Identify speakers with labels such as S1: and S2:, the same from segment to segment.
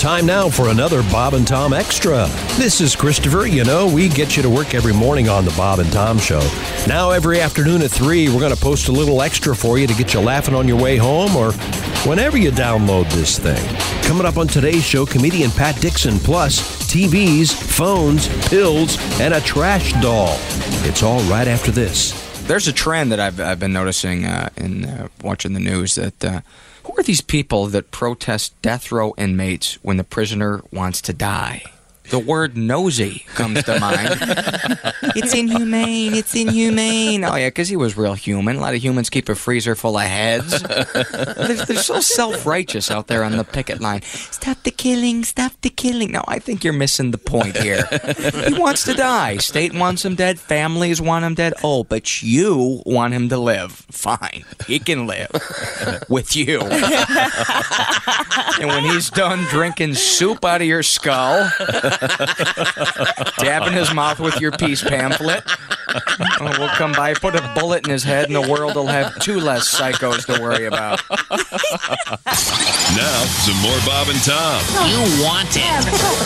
S1: Time now for another Bob and Tom Extra. This is Christopher. You know, we get you to work every morning on the Bob and Tom Show. Now, every afternoon at 3, we're going to post a little extra for you to get you laughing on your way home or whenever you download this thing. Coming up on today's show, comedian Pat Dixon, plus TVs, phones, pills, and a trash doll. It's all right after this.
S2: There's a trend that I've, I've been noticing uh, in uh, watching the news that uh, who are these people that protest death row inmates when the prisoner wants to die? The word nosy comes to mind. it's inhumane. It's inhumane. Oh, yeah, because he was real human. A lot of humans keep a freezer full of heads. they're, they're so self righteous out there on the picket line. Stop the killing. Stop the killing. No, I think you're missing the point here. he wants to die. State wants him dead. Families want him dead. Oh, but you want him to live. Fine. He can live with you. and when he's done drinking soup out of your skull, dabbing his mouth with your peace pamphlet. Oh, we'll come by, put a bullet in his head, and the world will have two less psychos to worry about.
S3: Now, some more Bob and Tom.
S4: You want it.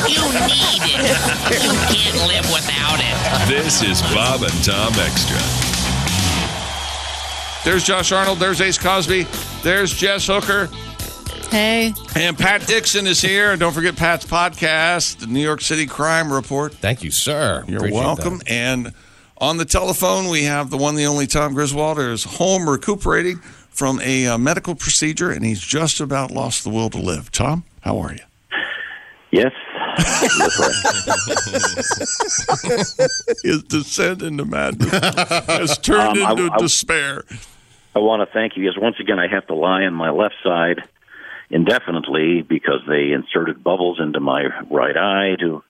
S4: You need it. You can't live without it.
S3: This is Bob and Tom Extra.
S5: There's Josh Arnold. There's Ace Cosby. There's Jess Hooker.
S6: Hey.
S5: And Pat Dixon is here. And don't forget Pat's podcast, the New York City Crime Report.
S7: Thank you, sir.
S5: You're
S7: Appreciate
S5: welcome.
S7: that.
S5: And on the telephone, we have the one, the only Tom Griswold is home recuperating from a uh, medical procedure, and he's just about lost the will to live. Tom, how are you?
S8: Yes.
S5: His descent into madness has turned
S8: Um, I-
S5: into
S8: I-
S5: despair.
S8: I want to thank you because once again, I have to lie on my left side indefinitely because they inserted bubbles into my right eye to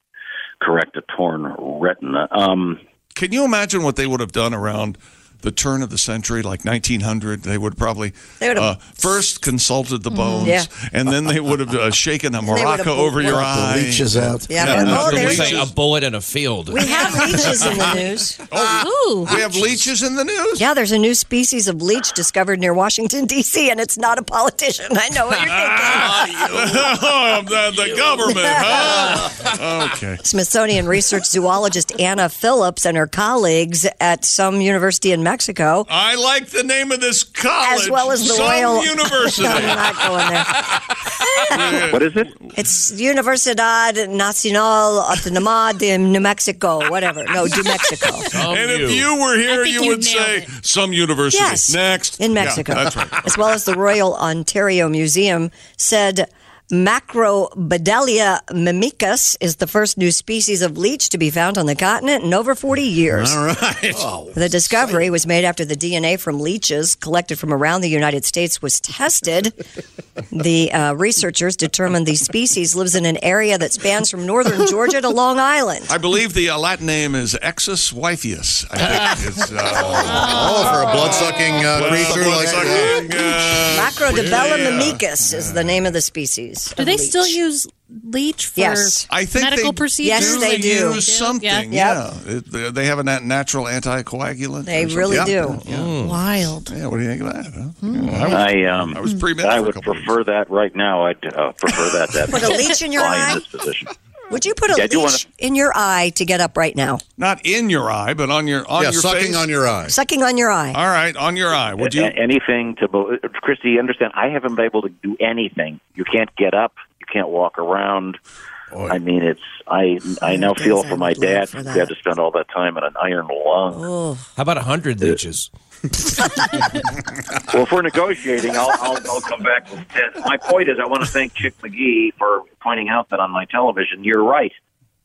S8: correct a torn retina. Um,
S5: Can you imagine what they would have done around the turn of the century, like 1900? They would probably
S9: They would have- Mm-hmm.
S5: uh, first consulted the bones,
S9: yeah.
S5: and then they would have uh, shaken a
S9: would have
S5: maraca over your eye.
S10: Leeches out.
S9: Yeah.
S5: Yeah,
S9: but-
S5: no,
S9: oh,
S5: the
S7: You
S9: there's
S5: leech-
S7: say a bullet in a field.
S9: we have leeches in the news.
S6: Ooh.
S5: We have leeches in the news.
S9: Yeah, there's a new species of leech discovered near Washington D.C., and it's not a politician. I know what you're thinking.
S5: Oh, the, the government, huh? okay.
S9: Smithsonian research zoologist Anna Phillips and her colleagues at some university in Mexico.
S5: I like the name of this college.
S9: As well as the
S5: some
S9: Royal
S5: university.
S9: I'm not going there.
S8: what is it?
S9: It's Universidad Nacional Autónoma de New Mexico, whatever. No, New Mexico.
S5: and if you were here,
S6: think
S5: you
S6: you
S5: would
S6: nailed
S5: say some university.
S9: Yes.
S5: Next.
S9: In
S5: Yeah,
S9: Mexico.
S5: that's right.
S9: As well as the Royal Ontario Museum said Macrobedelia mimicus is the first new species of leech to be found on the continent in over 40 years.
S10: All right. Oh.
S9: The discovery was made after the DNA from leeches collected from around the United States was tested. the uh, researchers determined the species lives in an area that spans from northern Georgia to Long Island.
S5: I believe the uh, Latin name is Exus wifius. I think it's, uh,
S10: Oh, for a bloodsucking uh, creature like
S5: blood-sucking, uh,
S9: Macrodebella
S5: yeah.
S9: mimicus is the name of the species.
S6: Do
S9: of
S6: they
S9: leech.
S6: still use leech for
S9: Yes.
S5: I think
S6: medical
S5: they
S6: procedures?
S9: Yes,
S5: do
S9: they do.
S5: use something. Yeah,
S9: Yeah.
S5: It- they- they have a nat- natural anticoagulant. or
S9: They
S5: something.
S9: really
S5: Yeah.
S9: do. Mm. Hmm.
S6: Wild.
S5: Yeah, what do you think of that? Huh? Yeah,
S8: I um,
S5: I was pre
S8: I would prefer that right now. I'd uh, prefer that. That
S9: Put a leech in your
S8: lie
S9: eye?
S8: in this position.
S9: Would you put a
S8: Yeah, I
S9: leech
S8: do wanna-
S9: in your eye to get up right now?
S5: Not in your eye, but on your on
S10: Yeah,
S5: your
S10: sucking
S5: face.
S10: on your eye.
S9: Sucking on your eye.
S5: All right, on your eye. Would you?
S8: A- anything to bel- Christy? Understand? I haven't been able to do anything. You can't get up. You can't walk around. I mean, it's I. I now
S9: Days
S8: feel
S9: I
S8: for my
S9: would live
S8: dad
S9: for
S8: who
S9: that.
S8: had to spend all that time in an iron lung.
S7: How about a hundred leeches?
S8: Well, if we're negotiating, I'll, I'll, I'll come back with ten. My point is, I want to thank Chick McGee for pointing out that on my television, you're right.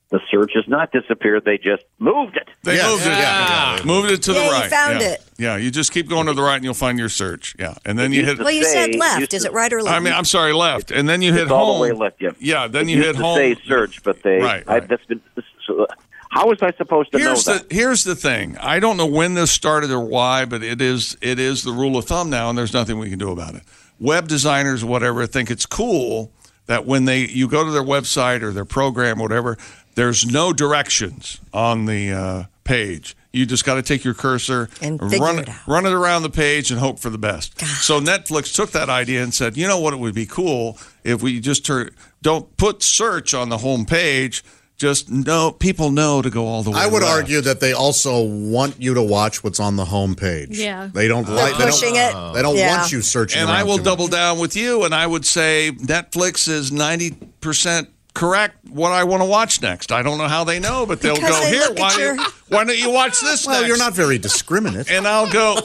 S8: The search has not disappeared. They just moved it.
S5: they
S10: Yes.
S5: moved it.
S10: Yeah.
S5: Moved it to
S9: Yeah,
S5: the
S9: you
S5: right.
S9: found
S5: yeah.
S9: it.
S5: Yeah, you just keep going to the right, and you'll find your search. Yeah, and then you hit.
S9: Well, you
S8: Say,
S9: said
S8: it
S9: left.
S8: used
S9: Is
S8: to-
S9: it right or left?
S5: I mean, I'm sorry, left, and then you hit
S8: It's all
S5: home.
S8: the way left. Yeah.
S5: Yeah, then
S8: It
S5: you
S8: used
S5: hit
S8: to
S5: home.
S8: Say search, but they.
S5: Right,
S8: I,
S5: right.
S8: that's been. This, so, uh, how was I supposed to
S5: here's
S8: know that?
S5: the here's the thing. I don't know when this started or why, but it is it is the rule of thumb now, and there's nothing we can do about it. Web designers, whatever, think it's cool that when they you go to their website or their program, whatever, there's no directions on the uh, page. You just got to take your cursor
S9: And figure
S5: run
S9: it out.
S5: run it around the page and hope for the best. So Netflix took that idea and said, you know what, it would be cool if we just turn don't put search on the home page. Just know people know to go all the way.
S10: I would
S5: left.
S10: argue that they also want you to watch what's on the homepage.
S6: Yeah.
S10: They don't
S5: They're
S10: like they don't-
S5: pushing
S10: they
S5: it.
S10: don't,
S5: Yeah.
S10: want you searching.
S5: And
S10: around
S5: I will
S10: too much.
S5: double down with you, and I would say Netflix is ninety percent correct. What I want to watch next, I don't know how they know, but they'll
S10: Because
S5: go
S10: they
S5: here.
S10: look at
S5: Why,
S10: your-
S5: don't you- why don't you watch this?
S10: Well,
S5: next?
S10: you're not very discriminate.
S5: And I'll go.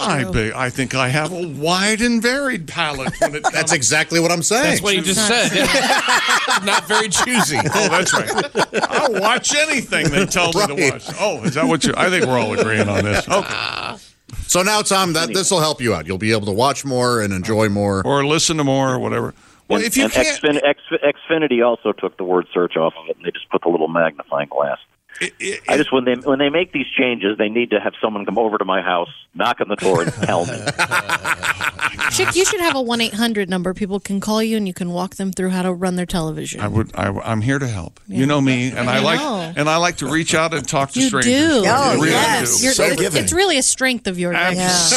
S5: I,
S10: true.
S5: be, I think I have a wide and varied palette. When it
S10: That's exactly what I'm saying.
S5: That's what he just said.
S10: not very choosy.
S5: Oh, that's right. I'll watch anything they tell me to
S10: Right.
S5: watch. Oh, is that what you? I think we're all agreeing on this. Okay.
S10: So now, Tom, that this will help you out. You'll be able to watch more and enjoy more,
S5: or listen to more, or whatever. Well,
S8: and,
S5: if you
S8: and
S5: can't,
S8: Xfin- X, Xfinity also took the word search off of it, and they just put the little magnifying glass. I just when they when they make these changes, they need to have someone come over to my house, knock on the door, and tell me.
S6: Chick, you should have a 1 800 number. People can call you and you can walk them through how to run their television.
S5: I would. I, I'm here to help. You know me, and I,
S6: I
S5: like
S6: know.
S5: and I like to reach out and talk to
S6: you
S5: strangers.
S9: Oh,
S6: do. Oh,
S5: I really do.
S6: You're- it's, it's really a strength of yours. right now.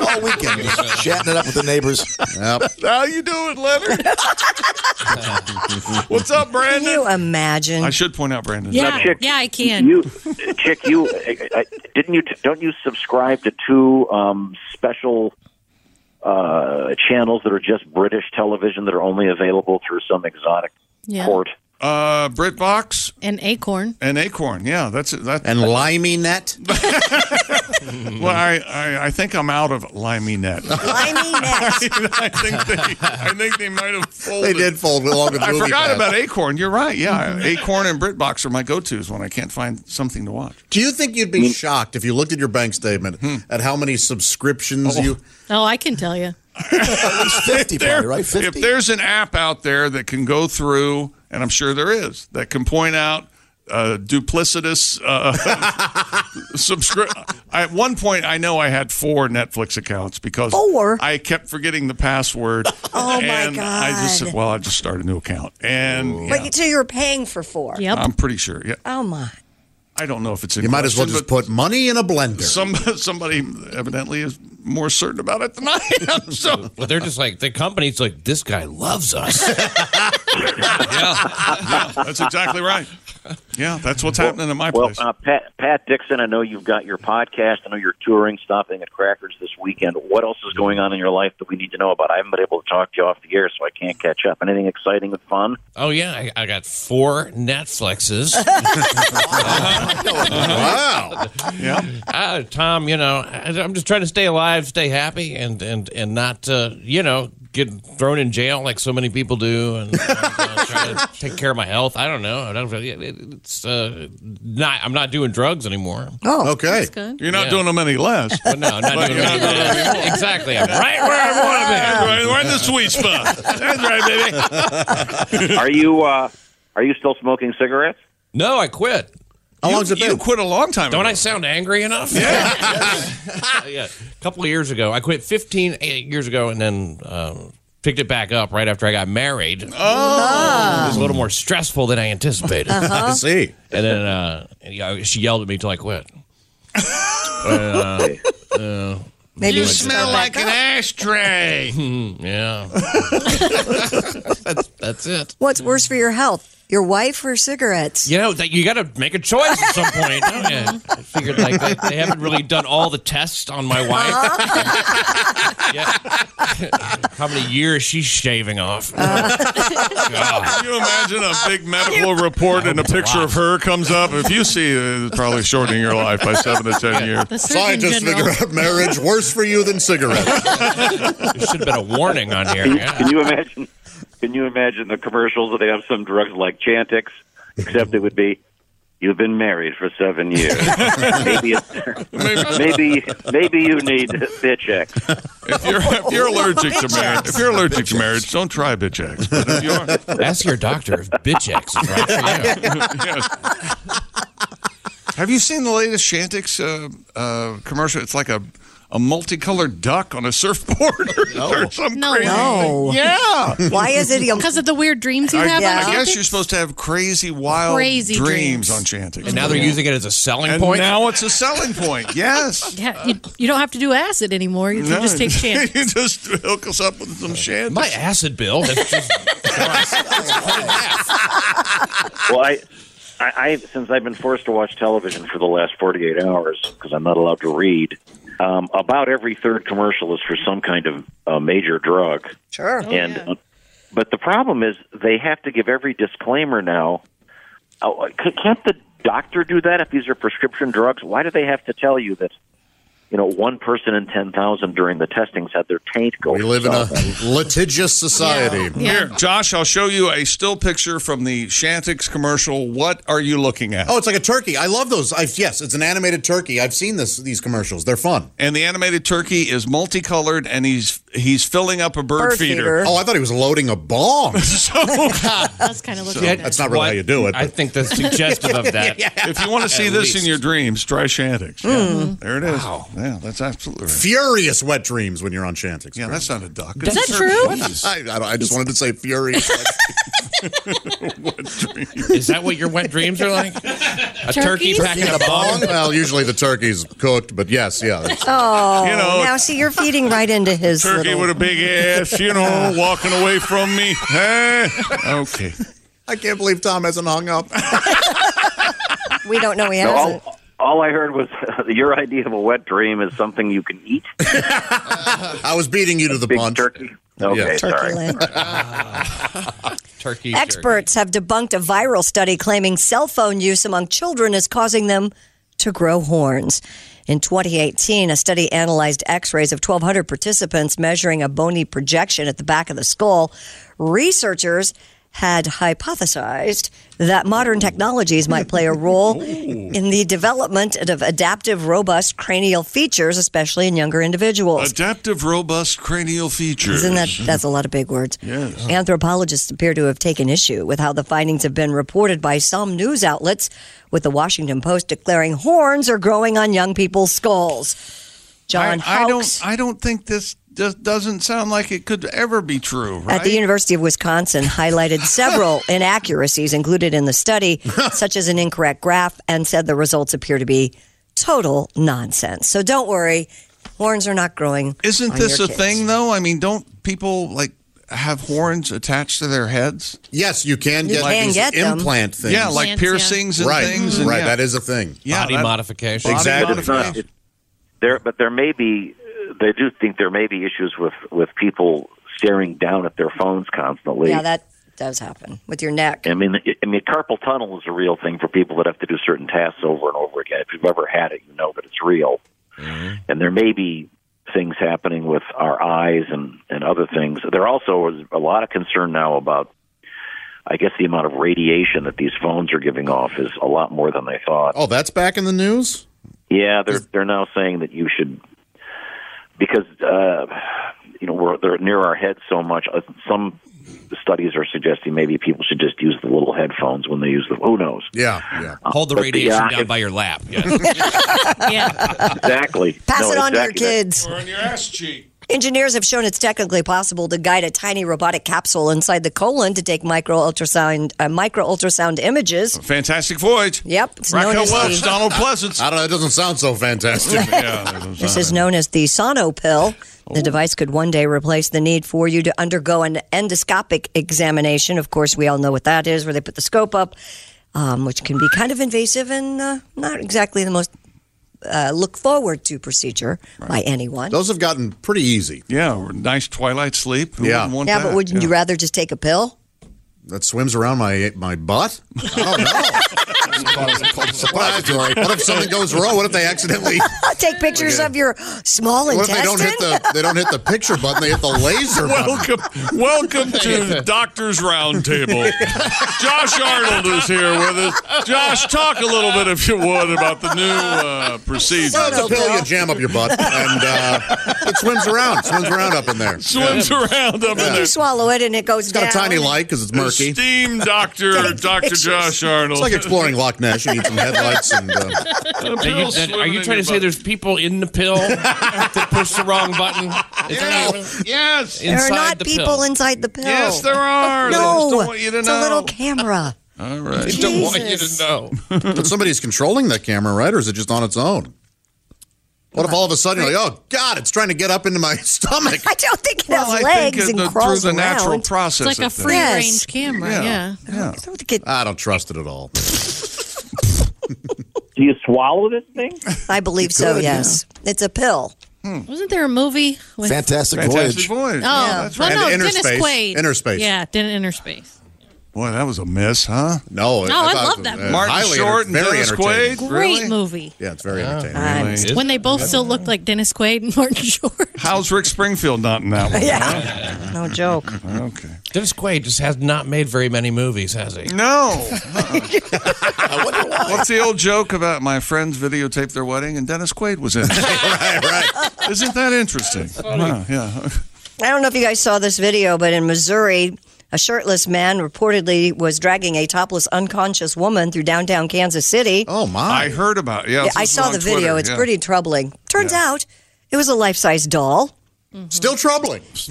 S11: All weekend, just chatting it up with the neighbors.
S5: How you doing, Leonard? What's up, Brandon?
S9: Can you imagine?
S5: I should point out, Brandon.
S6: yeah, yeah, I can.
S8: You, Chick, you I, I, didn't you don't you subscribe to two um, special uh, channels that are just British television that are only available through some exotic
S6: Yeah.
S8: port?
S5: Uh, BritBox
S6: An acorn.
S5: and Acorn. Yeah, that's it. That,
S10: and limey net.
S5: well, I, I I think I'm out of limey net.
S9: Limey
S5: net. I think they I think they might have folded.
S10: They did fold along with
S5: I
S10: movie
S5: forgot
S10: pass.
S5: about Acorn. You're right. Yeah, Acorn and BritBox are my go-to's when I can't find something to watch.
S10: Do you think you'd
S11: Hmm.
S10: be shocked if you looked at your bank statement
S5: Hmm.
S10: at how many subscriptions you?
S6: Oh, I can tell you.
S5: If there- If there's an app out there that can go through, and I'm sure there is, that can point out uh, duplicitous uh, subscribe. At one point, I know I had four Netflix accounts because
S9: Four?
S5: I kept forgetting the password.
S9: Oh, my
S5: and I just said,
S9: God.
S5: well, I just start a new account, and
S9: But
S5: yeah,
S9: you, so you're paying for four.
S5: I'm pretty sure. Yeah,
S9: Oh my.
S5: I don't know if it's. In
S10: You might as well
S5: question,
S10: just put money in a blender.
S5: but Some somebody evidently is more certain about it than I am. So
S7: Well, they're just like the company's like this guy loves us.
S5: yeah, that's exactly right. Yeah, that's what's happening at my
S8: well,
S5: place.
S8: uh, Pat, Pat Dixon, I know you've got your podcast. I know you're touring, stopping at Crackers this weekend. What else is going on in your life that we need to know about? I haven't been able to talk to you off the air, so I can't catch up. Anything exciting and fun?
S7: Oh yeah, I, I got four Netflixes.
S10: wow.
S5: Yeah.
S7: Uh, Tom, you know, I, I'm just trying to stay alive, stay happy, and and and not uh, you know get thrown in jail like so many people do, and uh, try to take care of my health. I don't know. I don't. It, it's uh, not. I'm not doing drugs anymore.
S9: Oh,
S10: okay.
S6: good.
S5: You're not
S7: Yeah.
S5: doing them any less.
S7: Well, no, I'm not
S5: But
S7: doing
S5: you're not doing
S7: drugs. Exactly. I'm right where I want to be.
S5: That's right. We're in the sweet spot. That's right, baby.
S8: Are you uh, are you still smoking cigarettes?
S7: No, I quit.
S10: How long's it
S5: You
S10: been?
S5: quit a long time
S7: Don't I
S5: ago.
S7: sound angry enough? Yeah. yeah. A couple of years ago, I quit 15 years ago, and then um, picked it back up right after I got married. Oh, Uh-huh. it was a little more stressful than I anticipated.
S10: I see.
S7: And then uh, and, you know, she yelled at me till I quit.
S9: Maybe should start back up.
S5: ashtray.
S7: Yeah, that's that's it.
S9: What's worse for your health? Your wife or cigarettes?
S7: You know that you got to make a choice at some point. don't you? I figured like they, they haven't really done all the tests on my wife. Uh-huh. yeah. How many years she's shaving off? God.
S5: Can you imagine a big medical report and a picture of her comes up? If you see, uh, it's probably shortening your life by seven to ten years.
S6: The surgeon
S10: Scientists
S6: general.
S10: figure out marriage worse for you than cigarettes.
S7: There should have been a warning on here.
S8: Can you,
S7: Yeah.
S8: can you imagine? Can you imagine the commercials that they have some drugs like Chantix, except it would be. You've been married for seven years. maybe, it's, maybe, maybe you need bitch X.
S5: If you're if you're allergic to marriage, if you're allergic to marriage, don't try bitch eggs. But if you are,
S7: Ask your doctor if bitch X is right for you.
S5: have you seen the latest Shantix uh, uh, commercial? It's like a a multicolored duck on a surfboard or some
S6: No.
S5: crazy
S6: No.
S5: thing. Yeah.
S6: Because of the weird dreams you
S5: I,
S6: have.
S5: I
S6: on
S5: guess
S6: Olympics?
S5: you're supposed to have crazy, wild
S6: Crazy
S5: dreams,
S6: dreams.
S5: on Chantix.
S7: And now they're using it as a selling
S5: And
S7: point.
S5: now it's a selling point. Yes.
S6: Yeah, you, you don't have to do acid anymore. You can
S5: No.
S6: just take chance.
S5: you just hook us up with some Chantix.
S7: My acid bill has just
S8: well, I, I, I since I've been forced to watch television for the last 48 hours because I'm not allowed to read, um, about every third commercial is for some kind of uh, major drug.
S9: Sure.
S8: and uh, but the problem is they have to give every disclaimer now. Oh, c- can't the doctor do that if these are prescription drugs? Why do they have to tell you that? You know, one person in ten thousand during the testings had their taint go.
S10: We live in a litigious society.
S5: Here, Josh, I'll show you a still picture from the Shantix commercial. What are you looking at?
S10: Oh, it's like a turkey. I love those. I've, yes, it's an animated turkey. I've seen this these commercials. They're fun.
S5: And the animated turkey is multicolored, and he's he's filling up a bird,
S10: Bird feeder. Oh, I thought he was loading a bomb.
S5: so,
S6: That's kind of looking.
S10: Yeah,
S6: at
S10: that's not really how you do it.
S7: I think that's suggestive of that.
S5: if you want to see this
S7: least.
S5: in your dreams, try Shantix.
S9: Hmm.
S5: Yeah, There it is. Yeah, that's absolutely right.
S10: Furious wet dreams when you're on Chantix.
S5: Yeah, that's not a duck.
S6: Is that true?
S10: I, I, don't- I just wanted to say furious. wet-
S7: Is that what your wet dreams are like? A turkey,
S6: Turkeys?
S7: packing a bong?
S10: well, usually the turkey's cooked, but yes, yeah.
S9: Oh,
S5: You know-
S9: now see, you're feeding right into his.
S5: Turkey
S9: little-
S5: with a big ass, you know, walking away from me. Eh. Okay.
S10: I can't believe Tom hasn't hung up.
S9: we don't know he
S8: No,
S9: has it.
S8: all, all I heard was your idea of a wet dream is something you can eat.
S10: I was beating you to the
S8: Big
S10: punch.
S8: turkey. Okay,
S10: Yeah.
S8: sorry.
S9: Leg.
S7: Turkey.
S9: Experts have debunked a viral study claiming cell phone use among children is causing them to grow horns. In 2018, a study analyzed x rays of 1,200 participants measuring a bony projection at the back of the skull. Researchers had hypothesized that modern technologies might play a role in the development of adaptive, robust cranial features, especially in younger individuals.
S5: Adaptive, robust cranial features.
S9: Isn't that that's a lot of big words? Yes. Anthropologists appear to have taken issue with how the findings have been reported by some news outlets, with the Washington Post declaring horns are growing on young people's skulls. John
S5: I, I don't.
S9: Houks
S5: I don't think this just doesn't sound like it could ever be true. Right?
S9: at the University of Wisconsin highlighted several inaccuracies included in the study, such as an incorrect graph, and said the results appear to be total nonsense. So don't worry, horns are not growing.
S5: Isn't
S9: on
S5: this
S9: your
S5: a
S9: kids.
S5: thing though? I mean, don't people like have horns attached to their heads?
S10: Yes, you can
S9: You
S10: get
S9: can
S10: these
S9: get them.
S10: implant things.
S5: Yeah,
S6: Implants,
S5: like
S6: yeah.
S5: piercings and
S10: right,
S5: things. and
S10: right.
S5: yeah.
S10: That is a thing.
S5: yeah,
S7: Body
S5: that-
S7: modification.
S5: body
S10: Exactly.
S8: But it's not.
S5: modification.
S8: It, there, but there may be. They do think there may be issues with with people staring down at their phones constantly.
S9: Yeah, that does happen with your neck.
S8: I mean, I mean, carpal tunnel is a real thing for people that have to do certain tasks over and over again. If you've ever had it, you know that it's real. And there may be things happening with our eyes and and other things. There also is a lot of concern now about. I guess the amount of radiation that these phones are giving off is a lot more than they thought.
S10: Oh, that's back in the news.
S8: Yeah, they're they're now saying that you should because uh, you know we're they're near our heads so much. Uh, some studies are suggesting maybe people should just use the little headphones when they use the who knows
S10: Yeah, yeah.
S7: Hold the
S8: But the,
S7: radiation
S8: uh,
S7: down
S8: if-
S7: by your lap. Yes.
S6: Yeah.
S8: exactly.
S9: Pass
S8: No,
S9: it on
S8: exactly.
S9: to your kids.
S5: Or on your ass cheek.
S9: Engineers have shown it's technically possible to guide a tiny robotic capsule inside the colon to take micro ultrasound uh, micro ultrasound images.
S5: Fantastic voyage.
S9: Yep, it's known
S5: Raquel
S9: as
S5: Welch,
S9: the,
S5: Donald Pleasance.
S10: I don't know. It doesn't sound so fantastic.
S5: yeah,
S9: this is known as the Sono pill.
S5: Oh.
S9: The device could one day replace the need for you to undergo an endoscopic examination. Of course, we all know what that is, where they put the scope up, um, which can be kind of invasive and uh, not exactly the most uh, look forward to procedure by anyone.
S10: Those have gotten pretty easy.
S5: yeah, nice twilight sleep. Who
S10: Yeah.
S5: wouldn't want
S9: yeah,
S5: that?
S9: but would
S5: Yeah.
S9: not you rather just take a pill?
S10: That swims around my my butt. Oh no! Surprise! Roy. What if something goes wrong? What if they accidentally?
S9: I'll take pictures of your small
S10: What if
S9: intestine.
S10: they don't hit the they don't hit the picture button? They hit the laser button.
S5: Welcome, welcome to the Doctor's Roundtable. Josh Arnold is here with us. Josh, talk a little bit, if you would, about the new uh, procedure.
S10: It's a pill you jam up your butt, and uh, it swims around, swims around up in there. It's
S5: Swims around up in
S9: You
S5: there.
S9: swallow it and it goes
S10: got a
S9: down.
S10: tiny light because it's mercury. turkey.
S5: Steam doctor, Dr. Josh Arnold.
S10: It's like exploring Loch Ness. You need some headlights and. Uh,
S7: Are you, are you trying to say there's people in the pill that push the wrong button? It's not even-
S5: Yes.
S9: There are
S7: Inside
S9: not
S7: the
S9: people
S7: pill.
S9: inside the pill.
S5: Yes, there are. They just
S9: No,
S5: don't want you to
S9: it's a little
S5: know.
S9: camera.
S5: All right.
S10: They don't want
S9: you to
S7: know.
S10: but somebody's controlling that camera, right? Or is it just on its own? What if all of a sudden you're like, oh, God, it's trying to get up into my stomach?
S9: I don't think it has
S10: Well, I think
S9: legs
S10: it-
S9: and
S10: the- through
S9: crawls
S10: the natural
S9: around.
S10: process It's like a of things. free-range
S9: Yes.
S6: camera, Yeah. yeah.
S10: I don't trust it at all.
S8: Do you swallow this thing?
S9: I believe so.
S10: could,
S9: yes, it's a pill.
S6: Wasn't there a movie with
S11: Fantastic,
S5: Fantastic
S6: Oh,
S5: voyage.
S6: well, no, Dennis
S10: Space.
S6: Quaid.
S10: Inner Space.
S6: Yeah, Den- Inner Space.
S5: Boy, that was a miss, huh?
S10: No,
S6: No, I love that movie.
S5: Martin Short and Dennis Quaid.
S6: Great
S5: really? Ah.
S6: movie.
S10: Yeah, it's very
S5: I'm-
S10: entertaining.
S5: Really?
S6: When they both still looked like Dennis Quaid and Martin Short.
S5: How's Rick Springfield not in that one?
S9: yeah, no joke.
S5: Okay.
S7: Dennis Quaid just has not made very many movies, has he?
S5: No. What's the old joke about my friends videotaped their wedding and Dennis Quaid was in it? right, right. Isn't that interesting? Wow, yeah.
S9: I don't know if you guys saw this video, but in Missouri, a shirtless man reportedly was dragging a topless, unconscious woman through downtown Kansas City.
S10: Oh my!
S5: I heard about it. Yeah,
S9: I
S5: this was
S9: saw
S5: on
S9: the video.
S5: Twitter,
S9: it's
S5: yeah.
S9: pretty troubling. Turns out, it was a life-size doll.
S10: Still troubling. Just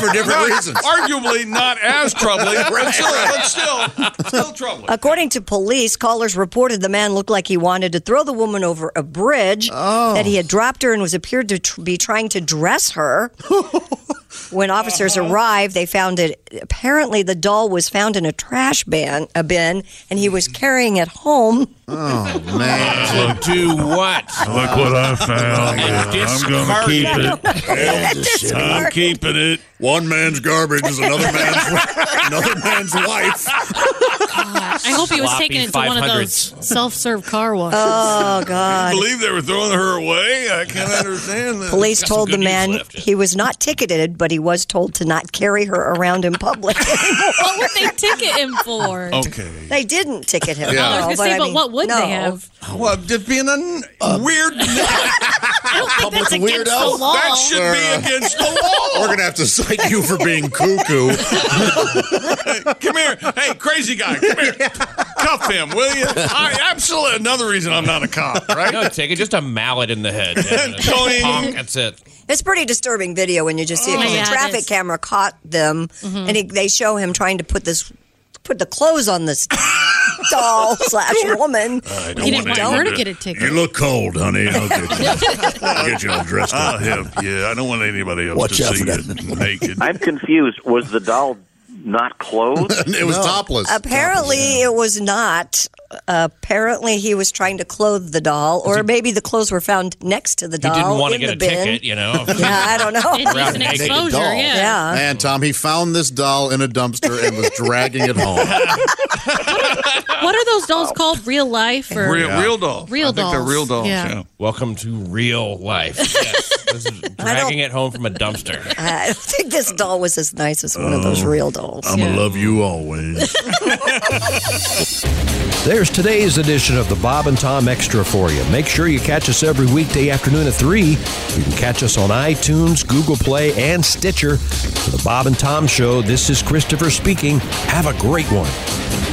S10: for different reasons.
S5: Arguably not as troubling, but still, but still, still troubling.
S9: According to police, callers reported the man looked like he wanted to throw the woman over a bridge,
S5: Oh.
S9: that he had dropped her and was appeared to tr- be trying to dress her. when officers
S5: Uh-huh.
S9: arrived, they found it. Apparently, the doll was found in a trash bin, a bin, and he was carrying it home.
S10: Oh man!
S7: So do what?
S5: Look what I found.
S7: I'm gonna keep
S9: it.
S5: I'm keeping it.
S10: One man's garbage is another man's another man's wife.
S6: I hope he was
S7: Sloppy
S6: taking it to one of
S7: 500s.
S6: those self-serve car washes.
S9: Oh
S5: I
S9: God!
S5: believe they were throwing her away. I can't understand this.
S9: Police told the
S7: good news
S9: man
S7: left.
S9: he was not ticketed, but he was told to not carry her around in public.
S6: what would they ticket him for?
S5: Okay.
S9: they didn't ticket him.
S10: Oh, Yeah. I
S9: no,
S10: was
S6: I was gonna say,
S9: I
S6: but
S9: mean,
S6: what would
S9: no.
S6: they have?
S5: Well, just being a weird.
S6: I don't think that's
S11: Public
S6: against
S11: weirdo.
S6: the law.
S5: That should be against the law.
S10: We're gonna have to cite you for being cuckoo.
S5: Come here. Hey, crazy guy, come here. Cuff him, will you? I absolutely another reason I'm not a cop, right?
S7: No, take it. Just a mallet in the head.
S5: Tony.
S7: Honk, that's it.
S9: It's pretty disturbing video when you just see it. 'cause
S6: Oh, yeah,
S9: the
S6: it
S9: traffic
S6: is. Mm-hmm.
S9: camera caught them, and he, they show him trying to put this, put the clothes on this doll slash woman.
S10: I
S6: He didn't want her to get a ticket.
S10: look cold, honey. I'll get you, I'll get you all dressed
S5: I'll help you. I don't want anybody else
S11: Watch
S5: to
S11: out
S5: see
S11: for that.
S5: it naked.
S8: I'm confused. Was the doll not clothed?
S10: it was topless.
S9: Apparently, it was not. apparently, he was trying to clothe the doll, or maybe the clothes were found next to the
S7: He
S9: doll
S7: didn't want to
S9: in
S7: get
S9: the
S7: a
S9: bin.
S7: ticket, you know.
S9: Yeah, I don't
S6: It
S9: know.
S6: needs an
S7: naked
S6: exposure,
S11: doll.
S6: yeah.
S9: yeah.
S10: Man, Tom, he found this doll in a dumpster and was dragging it home.
S6: What are those dolls called? Real life or
S5: Real, real doll.
S6: Real
S5: I think they're
S6: dolls.
S5: real dolls.
S6: Yeah.
S5: Yeah.
S7: Welcome to real life. Yes, this is dragging it home from a dumpster.
S9: I don't think this doll was as nice as one of those
S7: Oh.
S9: real dolls.
S10: I'm gonna love you always.
S1: There's today's edition of the Bob and Tom Extra for you. Make sure you catch us every weekday afternoon at 3. You can catch us on iTunes, Google Play, and Stitcher. For the Bob and Tom Show, this is Christopher speaking. Have a great one.